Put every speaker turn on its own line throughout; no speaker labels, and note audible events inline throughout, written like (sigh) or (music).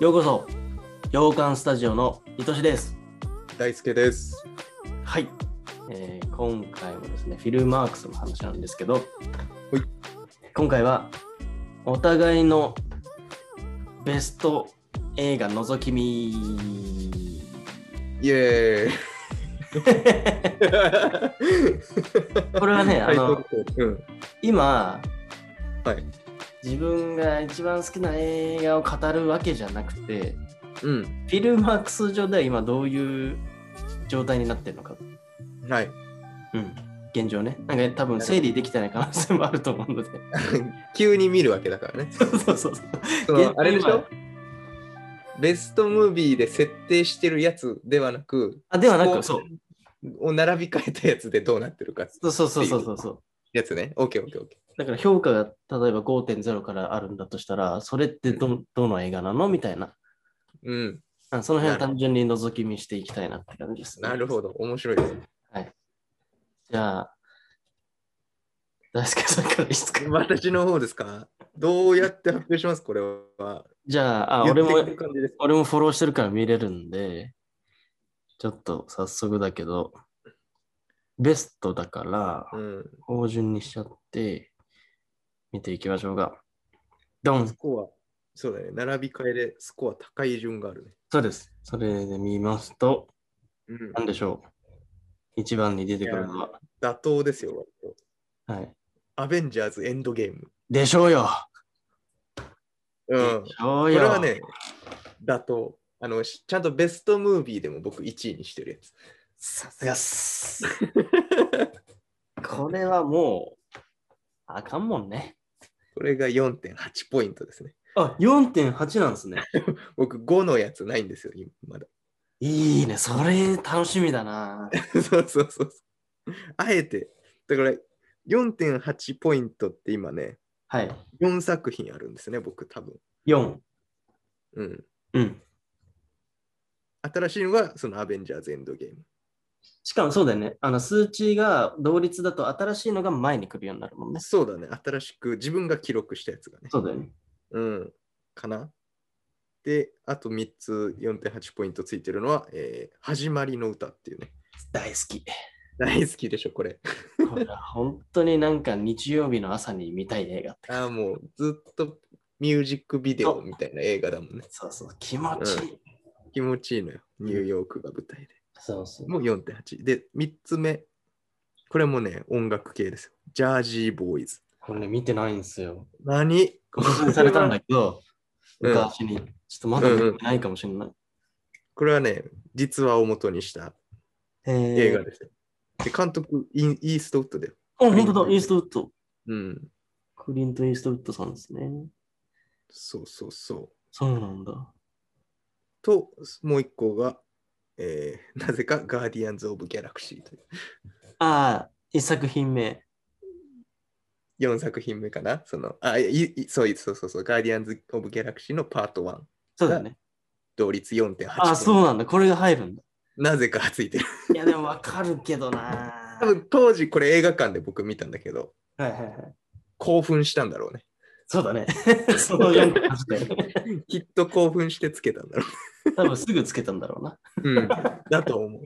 ようこそ洋館スタジオのいとしです
大輔です。
はい、えー今回もですねフィルマークスの話なんですけど、
い
今回はお互いのベスト映画覗き見
イエーイ。
これは
(laughs)
ね (laughs) あ
タイト
の
ルコールうん
今
はい。
自分が一番好きな映画を語るわけじゃなくて
うん。
フィルマークス上では今どういう状態になってるのか、
はい。 (laughs)
うん、現状ねなんか多分整理できてない可能性もあると思うので
急に見るわけだから
(laughs)
ね。
そうそうそう現
そのあれでしょ
今
ベストムービーで設定してるやつではなく、
あではな
こ
く
う
そう
を並び替えたやつでどうなってるかって
そうそうそうそうそうそう
やつね。オッケーオッケーオッケ
だから評価が例えば5.0からあるんだとしたらそれってど,、どの映画なのみたいな
ー。うん。
あその辺を
なる
単純に覗き見していきたいなって感じです、ね、
なるほど。面白いです。
じゃあ大輔さんからいいですか
私の方ですかどうやって発表しますこれは。
じゃああ
言って
俺も
くる感じです
俺もフォローしてるから見れるんで、ちょっと早速だけど、ベストだから、
うん。
法順にしちゃって、見ていきましょうが。ドン
スコア、そうだね。並び替えでスコア高い順があるね。
そうです。それで見ますと、
うん
何でしょう。一番に出てくるのは。
妥当ですよ、割と
はい。
アベンジャーズエンドゲーム。
でしょうよ、
うん
で。しょ
こ
うよ
れはね、妥当。あの、しちゃんとベストムービーでも僕1位にしてるやつ。
さすがっす。これはもう、あかんもんね。
(laughs) これが4.8ポイントですね。
あ、4.8なんですね。
僕5のやつないんですよ、今まだ。 (laughs)
いいね、それ楽しみだな。
そうそうそうそう。あえて、だから4.8ポイントって今ね、
はい、
4作品あるんですね、僕多分。
4。
うん。
うん。
新しいのはそのアベンジャーズエンドゲーム。
しかもそうだよね、あの数値が同率だと新しいのが前に来るようになるもんね。
そうだね、新しく自分が記録したやつがね。
そうだよね。
うん。かな。で、あと3つ4.8ポイントついてるのは、えー始まりの歌っていうね。
大好き。
大好きでしょ、これ。
これは本当になんか日曜日の朝に見たい映画って。
ああ、もうずっとミュージックビデオみたいな映画だもんね。
そうそう、気持ちいい。
気持ちいいのよ。ニューヨークが舞台で。
そうそう。
もう4.8。で、3つ目。これもね、音楽系ですよ。ジャージーボーイズ。
これね、見てないんですよ。
何
おすすめされたんだ
こ
けど、
うん
昔に。ちょっとまだ見てないかもしれない。
れはね、実話を元にした映
映
画ですよ。で、監督イン、イーストウッドだよ。
あ、本当だ、イーストウッド。
うん。
クリント・イーストウッドさんですね。
そうそうそう。
そうなんだ。
と、もう一個が、えー (laughs) なぜかガーディアンズ・オブ・ギャラクシーという
ああ、一作品目。
4作品目かなそのあいいそういそうそうそう、ガーディアンズ・オブ・ギャラクシーのパート1、
そうだよね。
同率4.8。
あ、そうなんだ。これが入るんだ。
なぜかついてる。
いや、でもわかるけどな。
(laughs) 多分当時これ映画館で僕見たんだけど、
はいはいはい。
興奮したんだろうね。
そうだね。その4個確かに。
きっと興奮してつけたんだろ
多分すぐつけたんだろうな。
う。うん、 (laughs) だと思う。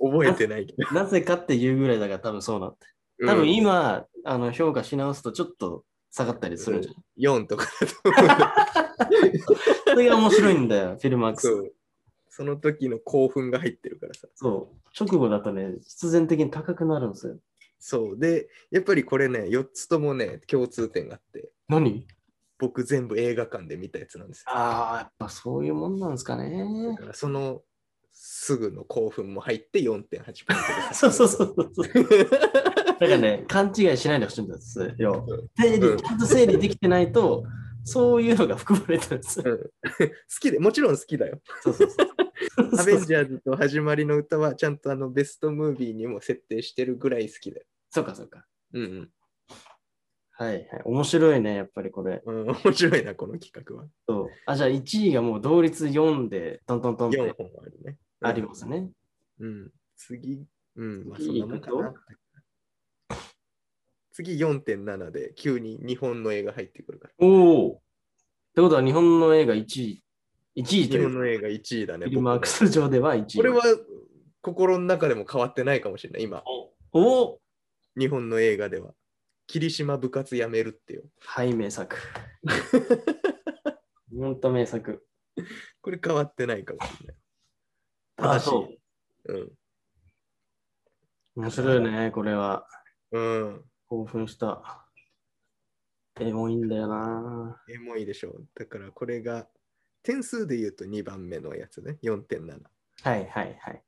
覚えてないけど。
なぜかっていうぐらいだから多分そうなって。 (laughs) 多
う
分
ん
今、あの評価し直すとちょっと下がったりするじゃん。
4とかだ
それが面白いんだよ、フィルマー (laughs) ク
と思
ス。
うそう。その時の興奮が入ってるからさ。
そう。直後だとね、必然的に高くなるんですよ。
そうでやっぱりこれね4つともね共通点があって
何
僕全部映画館で見たやつなんですよ
ああ、やっぱそういうもんなんですか
だ
ね。
からそのすぐの興奮も入って4.8ポイントです
(laughs) そうそうそうそう。だからね、勘違いしないでほしいんですよ。整理、
うん
ちゃんと整理できてないと、そういうのが含まれてるんですよ。
好きでもちろん好きだよ
そうそう (laughs) そう。
アベンジャーズと始まりの歌はちゃんとあのベストムービーにも設定してるぐらい好きだよ
そうかそうか。
うん
はいはい。面白いね、やっぱりこれ。
うん、うん、面白いなこの企画は
そうあ、じゃあ1位がもう同率4で、トントントンっ
4
て
本あるね
ありますね。
うん次うんまあそ
次
んなもんか
行
な次4.7で急に日本の映画入ってくるから
おおってことは日本の映画1位。1位と
日
い
本
うか
の映画1位だね。
フィルマーク
僕
ス上では1位。
これは心の中でも変わってないかもしれない、今。
おお
日本の映画では。霧島部活やめるってよ。
はい、名 (laughs) 作。ほんと名作。
これ変わってないかもしれない。
あ、
正しい
そう。面白いね、これは。
うん。うん。
興奮した。エモいんだよな。
エモいでしょう。だからこれが点数で言うと2番目のやつね。4.7。
はいはいはいはい。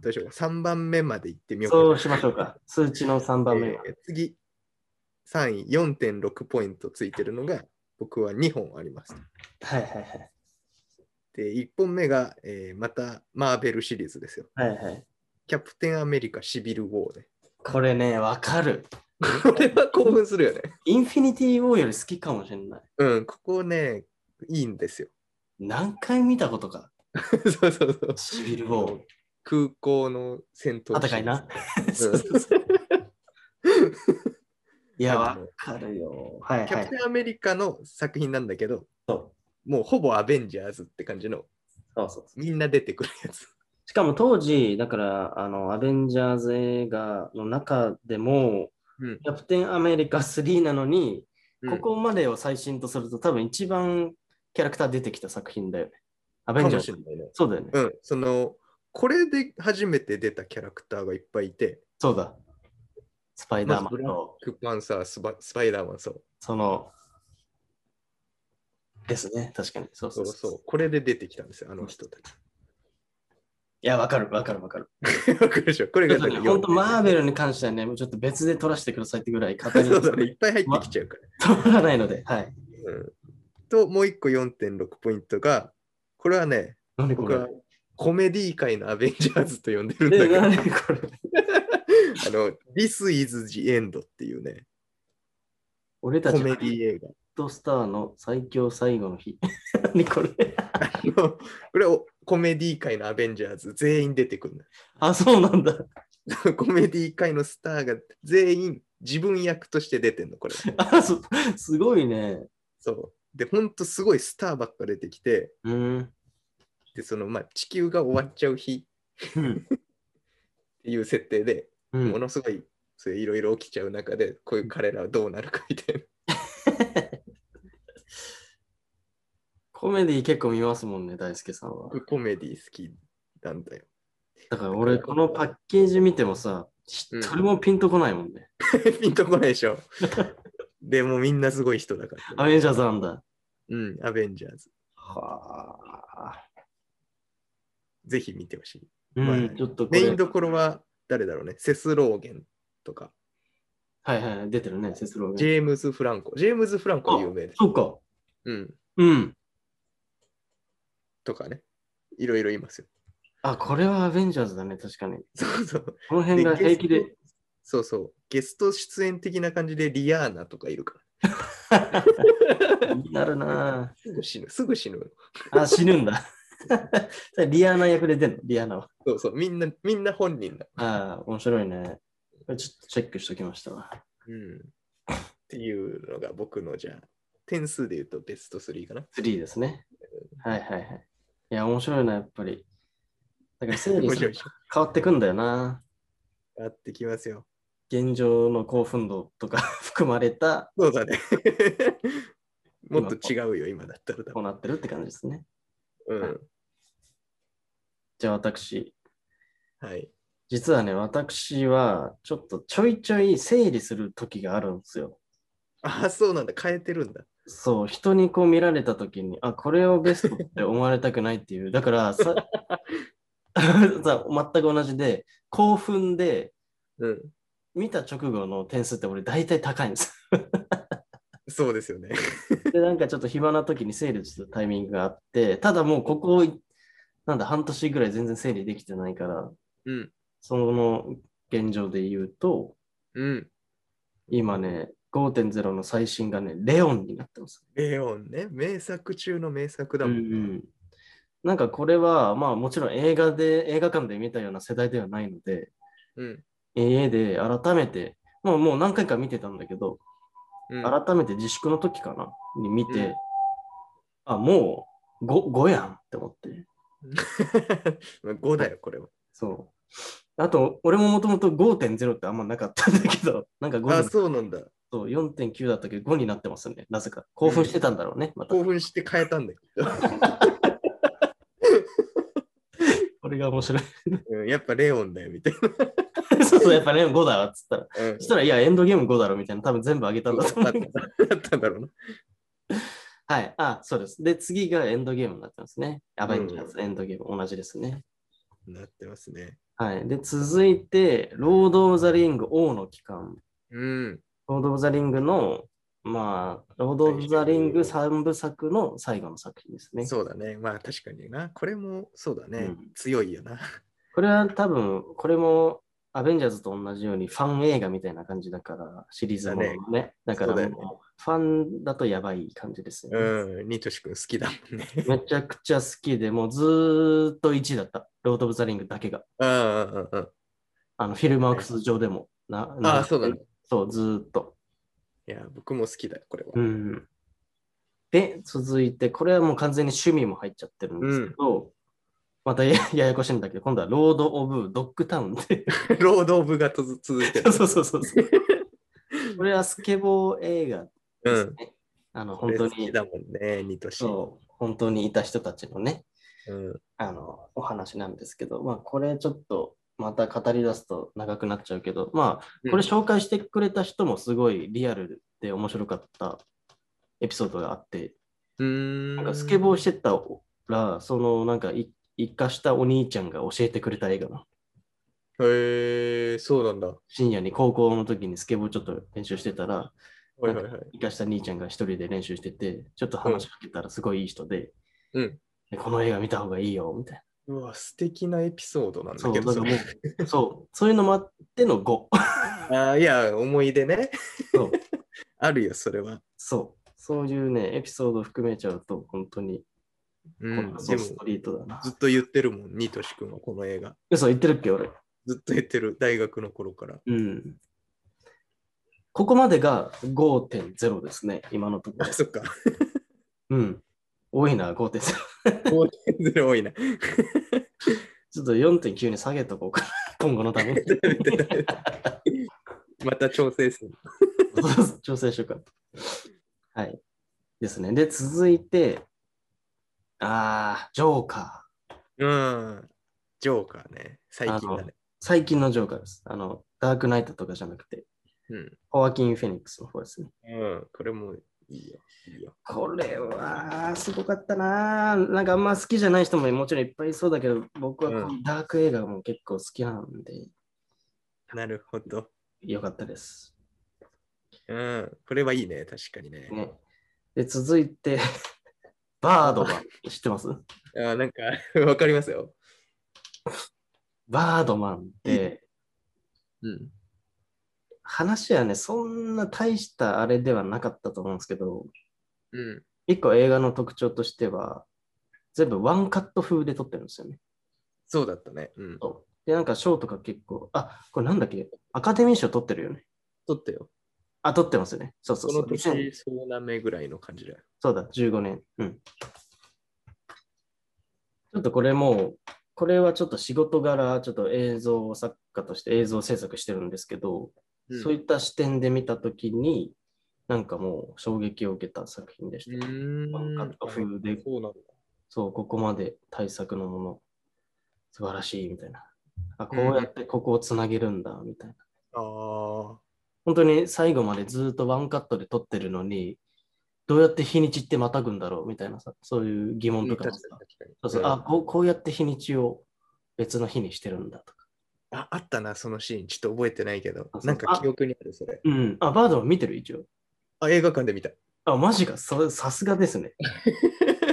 どうしようか。3番目まで行ってみようかな。
そうしましょうか。数値の3番目は。
えー次、3位、4.6ポイントついてるのが、僕は2本あります。
はいはい
で、1本目が、えーまたマーベルシリーズですよ。
はい。はいはい。
キャプテンアメリカシビルウォーね。
これね、わかる。
これは興奮するよね。
インフィニティウォーより好きかもしれない。
うん、ここね、いいんですよ。
何回見たことか。
そうそうそう。
シビルウォー。
空港の戦闘シ
戦
ーン
いな。
そうそうそう
いや、
あ
わ
の
かるよ。はい
キ
は
ャ
い
プ。テンアメリカの作品なんだけど、
そ
もうほぼアベンジャーズって感じの、
そうそう
みんな出てくるやつ。
しかも当時、だから、あの、アベンジャーズ映画の中でも、
うん
キャプテンアメリカ3なのに、
うん
ここまでを最新とすると、多分一番キャラクター出てきた作品だよね。アベンジャー
か
ズ
も。しれないね。
そうだよね。
うん、その、これで初めて出たキャラクターがいっぱいいて、
そうだ。スパイダーマ
まずブ
ン
ラッ
と、
クパンサー、スパスパイダーマン、そう。
その、ですね。確かに。そうそ
そうう
そう。
そう。これで出てきたんですよ、あの人た (laughs) ち。
いや、わかるわかるわかる。
わかるでしょこれがだから
本当、マーベルに関してはね、もうちょっと別で撮らせてくださいってぐらい、語り
そうだね、いっぱい入ってきちゃうから。
撮らないので、はい。
うん、と、もう一個4.6ポイントが、これはね、
何こ
僕
れ
はコメディ界のアベンジャーズと呼んでるんだ
え、
けど、あ (laughs)
何これ
の、This is the end っていうね、
俺た
コ
ち
メ
ハ
デ
リウッ
ィ映画。 (laughs)
ドスターの最強最後の日。 (laughs) 何これ
あのこれをコメディ界のアベンジャーズ全員出てくるんだ
あ、そうなんだ。
(laughs) コメディ界のスターが全員自分役として出てんの、
(laughs)
これ。
あ、そすごいね。
そう。で、ほんとすごいスターばっか出てきて、
うん。
で、その、まあ、地球が終わっちゃう日
うん。
っていう設定で、
う
も
ん、
のすごい、そういういろいろ起きちゃう中で、こういう彼らはどうなるかみたいな。
(laughs) コメディ結構見ますもんね、大輔さんは。
僕コメディ好きなんだよ。 (laughs)
だから俺、このパッケージ見てもさ、一人もピンとこないもんね。
ピンとこないで
(laughs)
しょ。でもみんなすごい人だから、
アベンジャーズなんだ。
うん、アベンジャーズ。
はあ。
ぜひ見てほしい。
うん、
まあ
ちょっとこ
メ
れ
インどころは誰だろうね。セス・ローゲンとか、
はいはい、出てるね、セスロー
ジ
が。
ェームズ・フランコ。ジェームズ・フランコ有名です。
そうか。
うん。
うん。
とかね。いろいろいますよ。 (laughs)
あ、これはアベンジャーズだね、確かに。
そうそう。
この辺が平気
ゲ
で。
ストそうそう。ゲスト出演的な感じでリアーナとかいるか
気になるなぁ
ら。すぐ死ぬ。すぐ死ぬ。
あ、死ぬん (laughs) だ。リアーナ役で出るのリアーナは。
そうそう。みんな、みんな本人だ。
ああ、面白いね。これちょっとチェックしときましたわ。
うん。っていうのが僕のじゃあ、点数で言うとベスト3かな。
3ですね。はいはいはい。いや、面白いな、やっぱり。だから整理
面
さ
白いでしょ。
変わってくんだよな。
やってきますよ。
現状の興奮度とか (laughs) 含まれた、
そうだ (laughs) ね。もっと違うよ、今だったら多
こう
分。
なってるって感じですね。
うん。
じゃあ私、
はい。
実はね、私はちょっとちょいちょい整理する時があるんですよ。
あ、そうなんだ。変えてるんだ。
そう、人にこう見られたときに、あ、これをベストって思われたくないっていう、だからさ、さ全く同じで、興奮で、
うん。
見た直後の点数って俺大体高いんです。
そうですよね。
で、なんかちょっと暇な時に整理するタイミングがあって、ただもうここ、なんだ、半年ぐらい全然整理できてないから、
うん。
その現状で言うと、
うん。
今ね、5.0の最新がね、レオンになってます。
レオンね。名作中の名作だ
うん
も。
うんん、なんかこれは、まあもちろん映画で、映画館で見たような世代ではないので、
うん。
家で改めて、もうもう何回か見てたんだけど、
(laughs) うん。
改めて自粛の時かな、に見て、あ、もう 5, 5やんって思って。
5だよ、これは。
そう。あと、俺ももともと5.0ってあんまなかったんだけど、 (laughs) なんか
あ、
5
そうなんだ。
と4.9だったけど5になってますね。なぜか。興奮してたんだろうね。また。
興奮して変えたんだけど。
これが面白い。
うんやっぱレオンだよ、みたい
(laughs) そうそう、やっぱね、5だわっつったら。
な。うん
そしたら、いや、エンドゲーム5だろみたいな、多分全部あげたんだと思う。
だったんだろうな。
はい。あ、そうです。で、次がエンドゲームになってますね。アベンジャーズ、
うん
エンドゲーム、同じですね。
なってますね。
はい。で、続いて、ロード・オブ・ザ・リング、王の帰還。
うん。
ロード・オブ・ザ・リングの、まあ、ロード・オブ・ザ・リング3部作の最後の作品ですね。
そうだね。まあ確かにな。これもそうだね。
うん
強いよな。
これは多分、これも、アベンジャーズと同じようにファン映画みたいな感じだから、シリーズもののね。だからもう
そうだよ
ファンだとやばい感じですよね。
うん。ニトシ君好きだも
(laughs)
んね。
めちゃくちゃ好きで、もうずーっと1位だった。ロード・オブ・ザ・リングだけが。
うんうんうんうん。
あのフィルマークス上でも。な
あ
な
あ、そうだね。
そう、ずーっと。
いや、僕も好きだ、これは。
うん。で、続いて、これはもう完全に趣味も入っちゃってるんですけど、またや (laughs) ややこしいんだけど、今度はロード・オブ・ドッグタウンで。
(laughs) ロード・オブがとず続いてる。
そうそうそうそう。 (laughs) これはスケボー映画
う
です
ん。
ね。あの、
こ
本
れ
当
好き
に、
だもんね、ニトシ。
そう、本当にいた人たちのね、
うん。
あの、お話なんですけど、まあ、これちょっと、また語り出すと長くなっちゃうけど、まあ、これ紹介してくれた人もすごいリアルで面白かったエピソードがあって、
うん。
なんかスケボ
ー。
ーしてたら、そのなんかい一家したお兄ちゃんが教えてくれた映画の、
へえ、そうなんだ。は
深夜に高校の時にスケボーちょっと練習してたら、
いはいはい。
一家した兄ちゃんが一人で練習してて、ちょっと話しかけたらすごいいい人で、
うん
でこの映画見た方がいいよ、みたいな。
うわ、素敵なエピソードなん
そう、
だけ
だ
ど
から
さ。
もう、そう、そういうのもあっての5。
ああ、いや、思い出ね。
(laughs) そう
あるよ、それは。
そう。そういうね、エピソード含めちゃうと、本当に、こ
うん。で
の
も、
そう
ず
ストリートだな。
っと言ってるもん、ニトシ君はこの映画。
嘘言ってるっけ、俺。
ずっと言ってる、大学の頃から。
うん。ここまでが5.0ですね、今のところ
(laughs) あ、。そっか。
うん。多いな、5.0。
5.0多い
(laughs)
な。
ちょっと4.9に下げとこうかな、 (laughs) 今後のために。
また調整する。
調整しようか。はい。ですね。で、続いて、あー、ジョーカー。
うん。ジョーカーね。最近だね。
最近のジョーカーです。あの、ダークナイトとかじゃなくて、
うん。
ホアキン・フェニックスの方ですね。
うん。これもいいよ。いいよ。
これはすごかったな。なんかあんま好きじゃない人ももちろんいっぱいいそうだけど、僕はこ
う
のダーク映画も結構好きなんで、
なるほど。
よかったです。
うん。これはいいね。確かにね。
ね、で、続いて、 (laughs) バードマン。知ってます
あなんか、 (laughs) わかりますよ。
バードマンって、
うん。
話はね、そんな大したあれではなかったと思うんですけど、
うん。
一個映画の特徴としては、全部ワンカット風で撮ってるんですよね。
そうだったね。うん。
で、なんか賞とか結構、あ、これなんだっけアカデミー賞取ってるよね。
撮ったよ。
あ、取ってますよね。そうそ
そう
そう。
の
2000
年、そうなめぐらいの感じだよ。
そうだ、15年。うん。ちょっとこれもう、これはちょっと仕事柄、ちょっと映像作家として映像制作してるんですけど、そうい
っ
った視点で見たときに、なんかもう衝撃を受けた作品でした。
うん。
ワンカット風で
そうなんだ。
そう、ここまで対策のもの、素晴らしいみたいな。あ、こうやってここをつなげるんだ、みたいな。
ああ。
本当に最後までずっとワンカットで撮ってるのに、どうやって日にちってまたぐんだろうみたいなさ、そういう疑問と
確
か
か
も
に
さ
確かに。
そうそう、あこう、こうやって日にちを別の日にしてるんだとか。
ああったな、そのシーン。ちょっと覚えてないけど
あ。そう
なんか記憶にある、それ。
うん。あ、バードも見てる一応。
あ、映画館で見た。
あ、マジか。そさすがですね。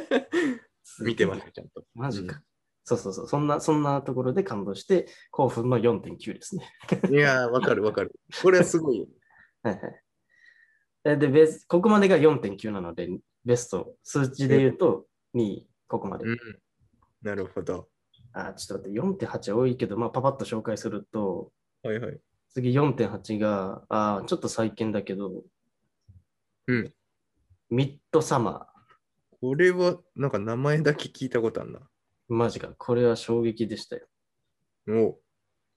(laughs) 見てます。、ちゃんと。
マジか。そうそうそう。そんな、そんなところで感動して、興奮の4.9ですね。
いやー、わかるわかる。これはすごい。
はいはいえ。で、ベスここまでが4.9なので、ベスト、数値で言うと2位、ここまで。
うん。なるほど。
あ、ちょっと待って、4.8多いけど、まあ、パパッと紹介すると、
はいはい。
次4.8が、あーちょっと最近だけど、
うん
ミッドサマー。
これは、なんか名前だけ聞いたことあるな。
マジか、これは衝撃でしたよ。
お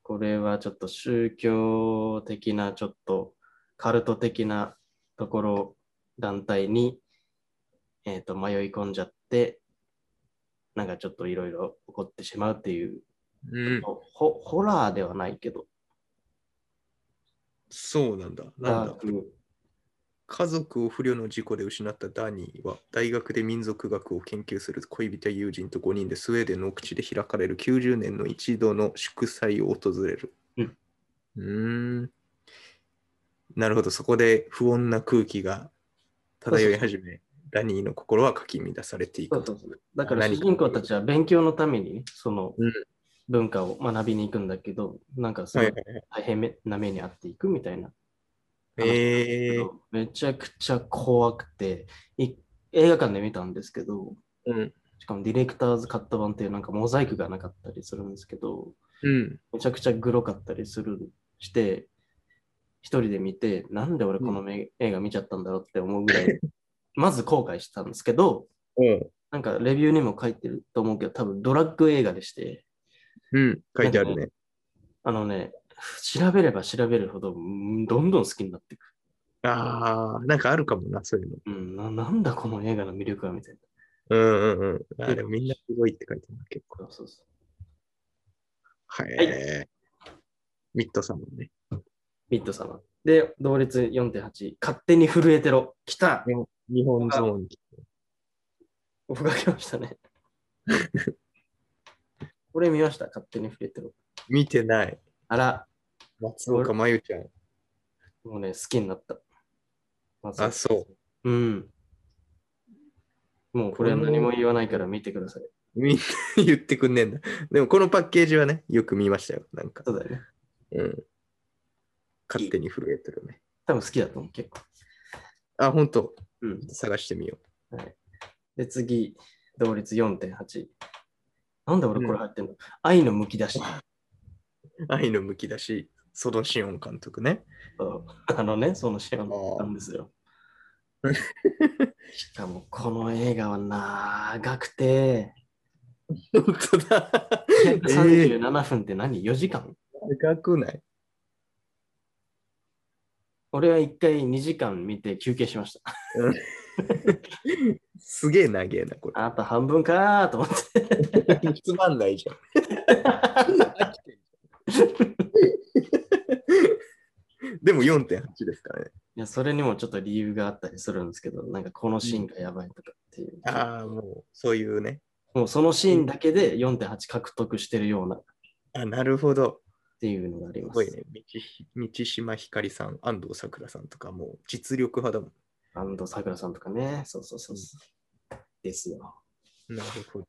これはちょっと宗教的な、ちょっとカルト的なところ、団体に、えー、と迷い込んじゃって、なんかちょっといろいろ起こってしまうっていう、
うん、
ほホラーではないけど、
そうなんだ。な
ダ
んだ
ー。ク
家族を不慮の事故で失ったダニーは大学で民族学を研究する恋人や友人と5人でスウェーデンの奥地で開かれる90年の一度の祝祭を訪れる。
うん
うーん。なるほど、そこで不穏な空気が漂い始め、ダニーの心はかき乱されてい
そ
く
うそ
と
う。そうだから
何
主人公たちは勉強のためにね、その
うん
文化を学びに行くんだけど、なんかすご
はい
い
はいはい
大変な目に遭っていくみたいな。
えー
めちゃくちゃ怖くて、い映画館で見たんですけど、
うん
しかもディレクターズカット版っていうなんかモザイクがなかったりするんですけど、
うん
めちゃくちゃグロかったりするして、一人で見て、なんで俺このめ、映画見ちゃったんだろうって思うぐらい、 (laughs) まず後悔したんですけど、
うん
なんかレビューにも書いてると思うけど、多分ドラッグ映画でして、
うん書いてあるね。
あのね、調べれば調べるほど、うんどんどん好きになっていく。
ああ、なんかあるかもな、そういうの。
うん、ななんだこの映画の魅力はみたいな。
うんうんうん。あーでもみんなすごいって書いてあるな結構。
そうそうそう
はい。
は
ミッドサマーね。
ミッド様。で、同率4.8、勝手に震えてろ。来た
日本ゾーンに。
おかけました
(laughs)
ね。これ見ました勝手に震えてろ。
見てない。
あら、
松岡真由ちゃん。
もうね、好きになった。まず。
あ、そう
うん。もうこれは何も言わないから見てください。
う。みんな言ってくんねえんだ。でもこのパッケージはね、よく見ましたよ。なんか。
そうだよね。
うん。勝手に震えてるね。
多分好きだと思う、結構。
あ、ほんと。
うん。
探してみよ
で、次、同率4.8。なんで俺これ入ってんの、愛のむき出し。
う。愛のむき出し、ソドシオン監督ね。
そう (laughs) あのね、そのシェアなんですよ。しかも、この映画は長くて、
ほんと (laughs) だ。え
37分って何 ?4 時間
長くない
俺は1回2時間見て休憩しました。
すげえ長えな、これ。
あと半分かーと思って。 (laughs)
つまんないじゃ (laughs) ん。でも4.8ですからね。
いやそれにもちょっと理由があったりするんですけど、なんかこのシーンがやばいとかっていう。
ああ、もうそういうね。
もうそのシーンだけで4.8獲得してるようなっ
あなるほど。
ていうのがあり
す
ます。
ごいね。道道島ひかりさん、安藤サクラさんとかもう実力派だも
安藤サクラさんとかね。そうそうそうそう。ですよ。
ん。なるほど。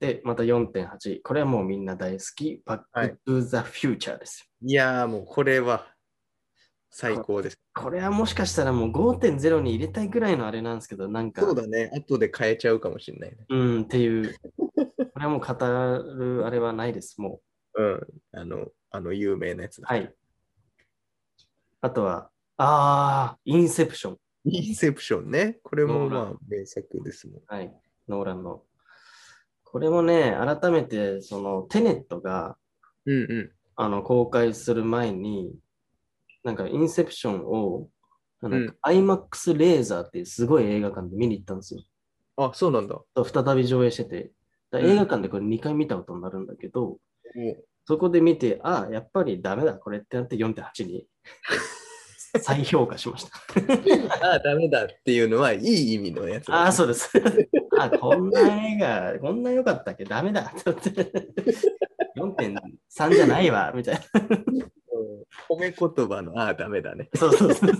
で、また4.8。これはもうみんな大好き。バ
は
ック・
い
トゥ・ザ・フューチャーです。
いやーもうこれは最高です。
これはもしかしたらもう5.0に入れたいぐらいのあれなんですけど、なんか、
そうだね。後で変えちゃうかもしれないね。
うんって
(laughs)
いう。これはもう語るあれはないです。も
うん。あの、あの有名なやつ
う。
だ。
はい。あとは、あー、インセプション。
インセプションね。これも
そう
まあ名作ですもん。
はい。ノーランの。これもね、改めて、その、テネットが、
うんうん。
あの公開する前に、なんかインセプションを、なんだっけ IMAX レーザーっていうすごい映画館で見に行ったんですよ。
あ、そうなんだ。も
再び上映してて。だから映画館でこれ2回見たことになるんだけど、
う
そこで見て、ああ、やっぱりダメだ、これってなって4.8に (laughs) 再評価しました。
ああ、ダメだっていうのはいい意味のやつだね、
ああ、そうです。 (laughs) あこんな映画、こんな良かったっけダメだって思って。4.3じゃないわ、みたいな。
うん褒め言葉のああ、ダメだね。
そうそう
(laughs)
そう。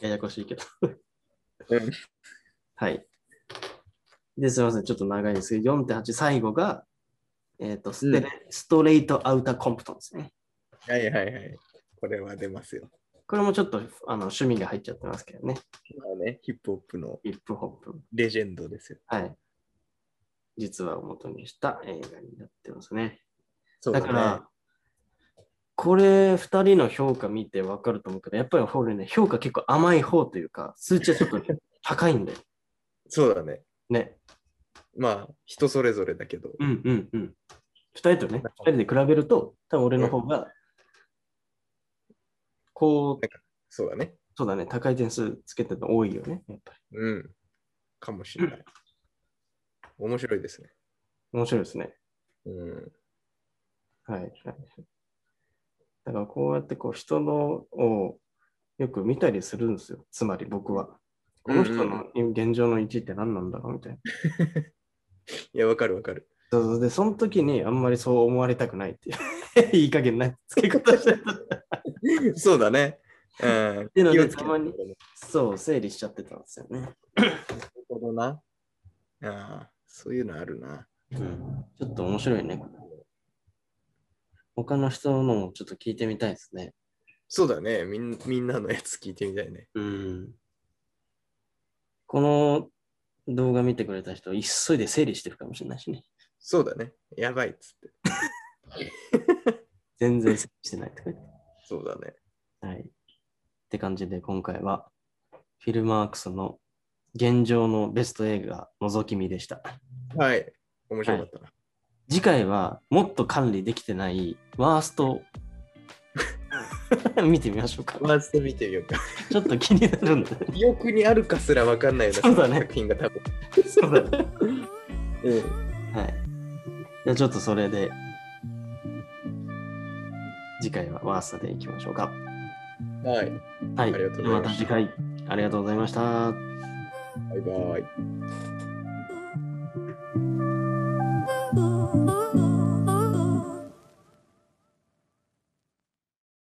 ややこしいけど
うん。
はい。で、すみません、ちょっと長いんですけど、4.8、最後が、えっ、とステレ、ストレートアウターコンプトンですね。
はいはいはい。これは出ますよ。
これもちょっとあの趣味が入っちゃってますけどね。
まあね、ヒップホップの
ヒップホップ。
レジェンドですよ。
はい。実話を元にした映画になってますね。
そう
だから、これ2人の評価見て分かると思うけど、やっぱりほらね、評価結構甘い方というか、数値はちょっと高いんだよ。
そうだね。
ね。
まあ、人それぞれだけど。
うんうんうん。二人とね、二人で比べると、多分俺の方が、こう、
そうだね。
そうだね、高い点数つけてるの多いよね。やっぱり。
うん。かもしれない。面白いですね。
面白いですね。
うん。
はい。はいだからこうやってこう人のをよく見たりするんですよ。つまり僕は。この人
うん
の現状の位置って何なんだろうみたいな。
いや、わかるわかる。 (laughs)
そうそうで、その時にあんまりそう思われたくないっていう。 (laughs) いい加減な付け方してた。
そうだね。うん。
てので
気をつけ
たまに
なる
そう、整理しちゃってたんですよね。
ほどな。ああ、そういうのあるな。
うん、ちょっと面白いね。これ他の人のもちょっと聞いてみたいですね。
そうだね。みんみんなのやつ聞いてみたいね。
うん。この動画見てくれた人、急いで整理してるかもしれないしね。
そうだね。やばいっつって。
全然整理してないとか言って。
そうだね。
はい。って感じで今回は、フィルマークスの現状のベスト映画、覗き見でした。
はい。面白かったな。
次回はもっと管理できてないワースト (laughs) 見てみましょうか。
ワースト見てみようか。
ちょっと気になるんで。
記憶にあるかすらわかんないような
そうだね
作品が多分。
そうだね。
うん。
はい。じゃあちょっとそれで、次回はワーストでいきましょうか。
はい。
はい。
ありがとうございました
じゃあまた次回、ありがとうございました。
バイバイ。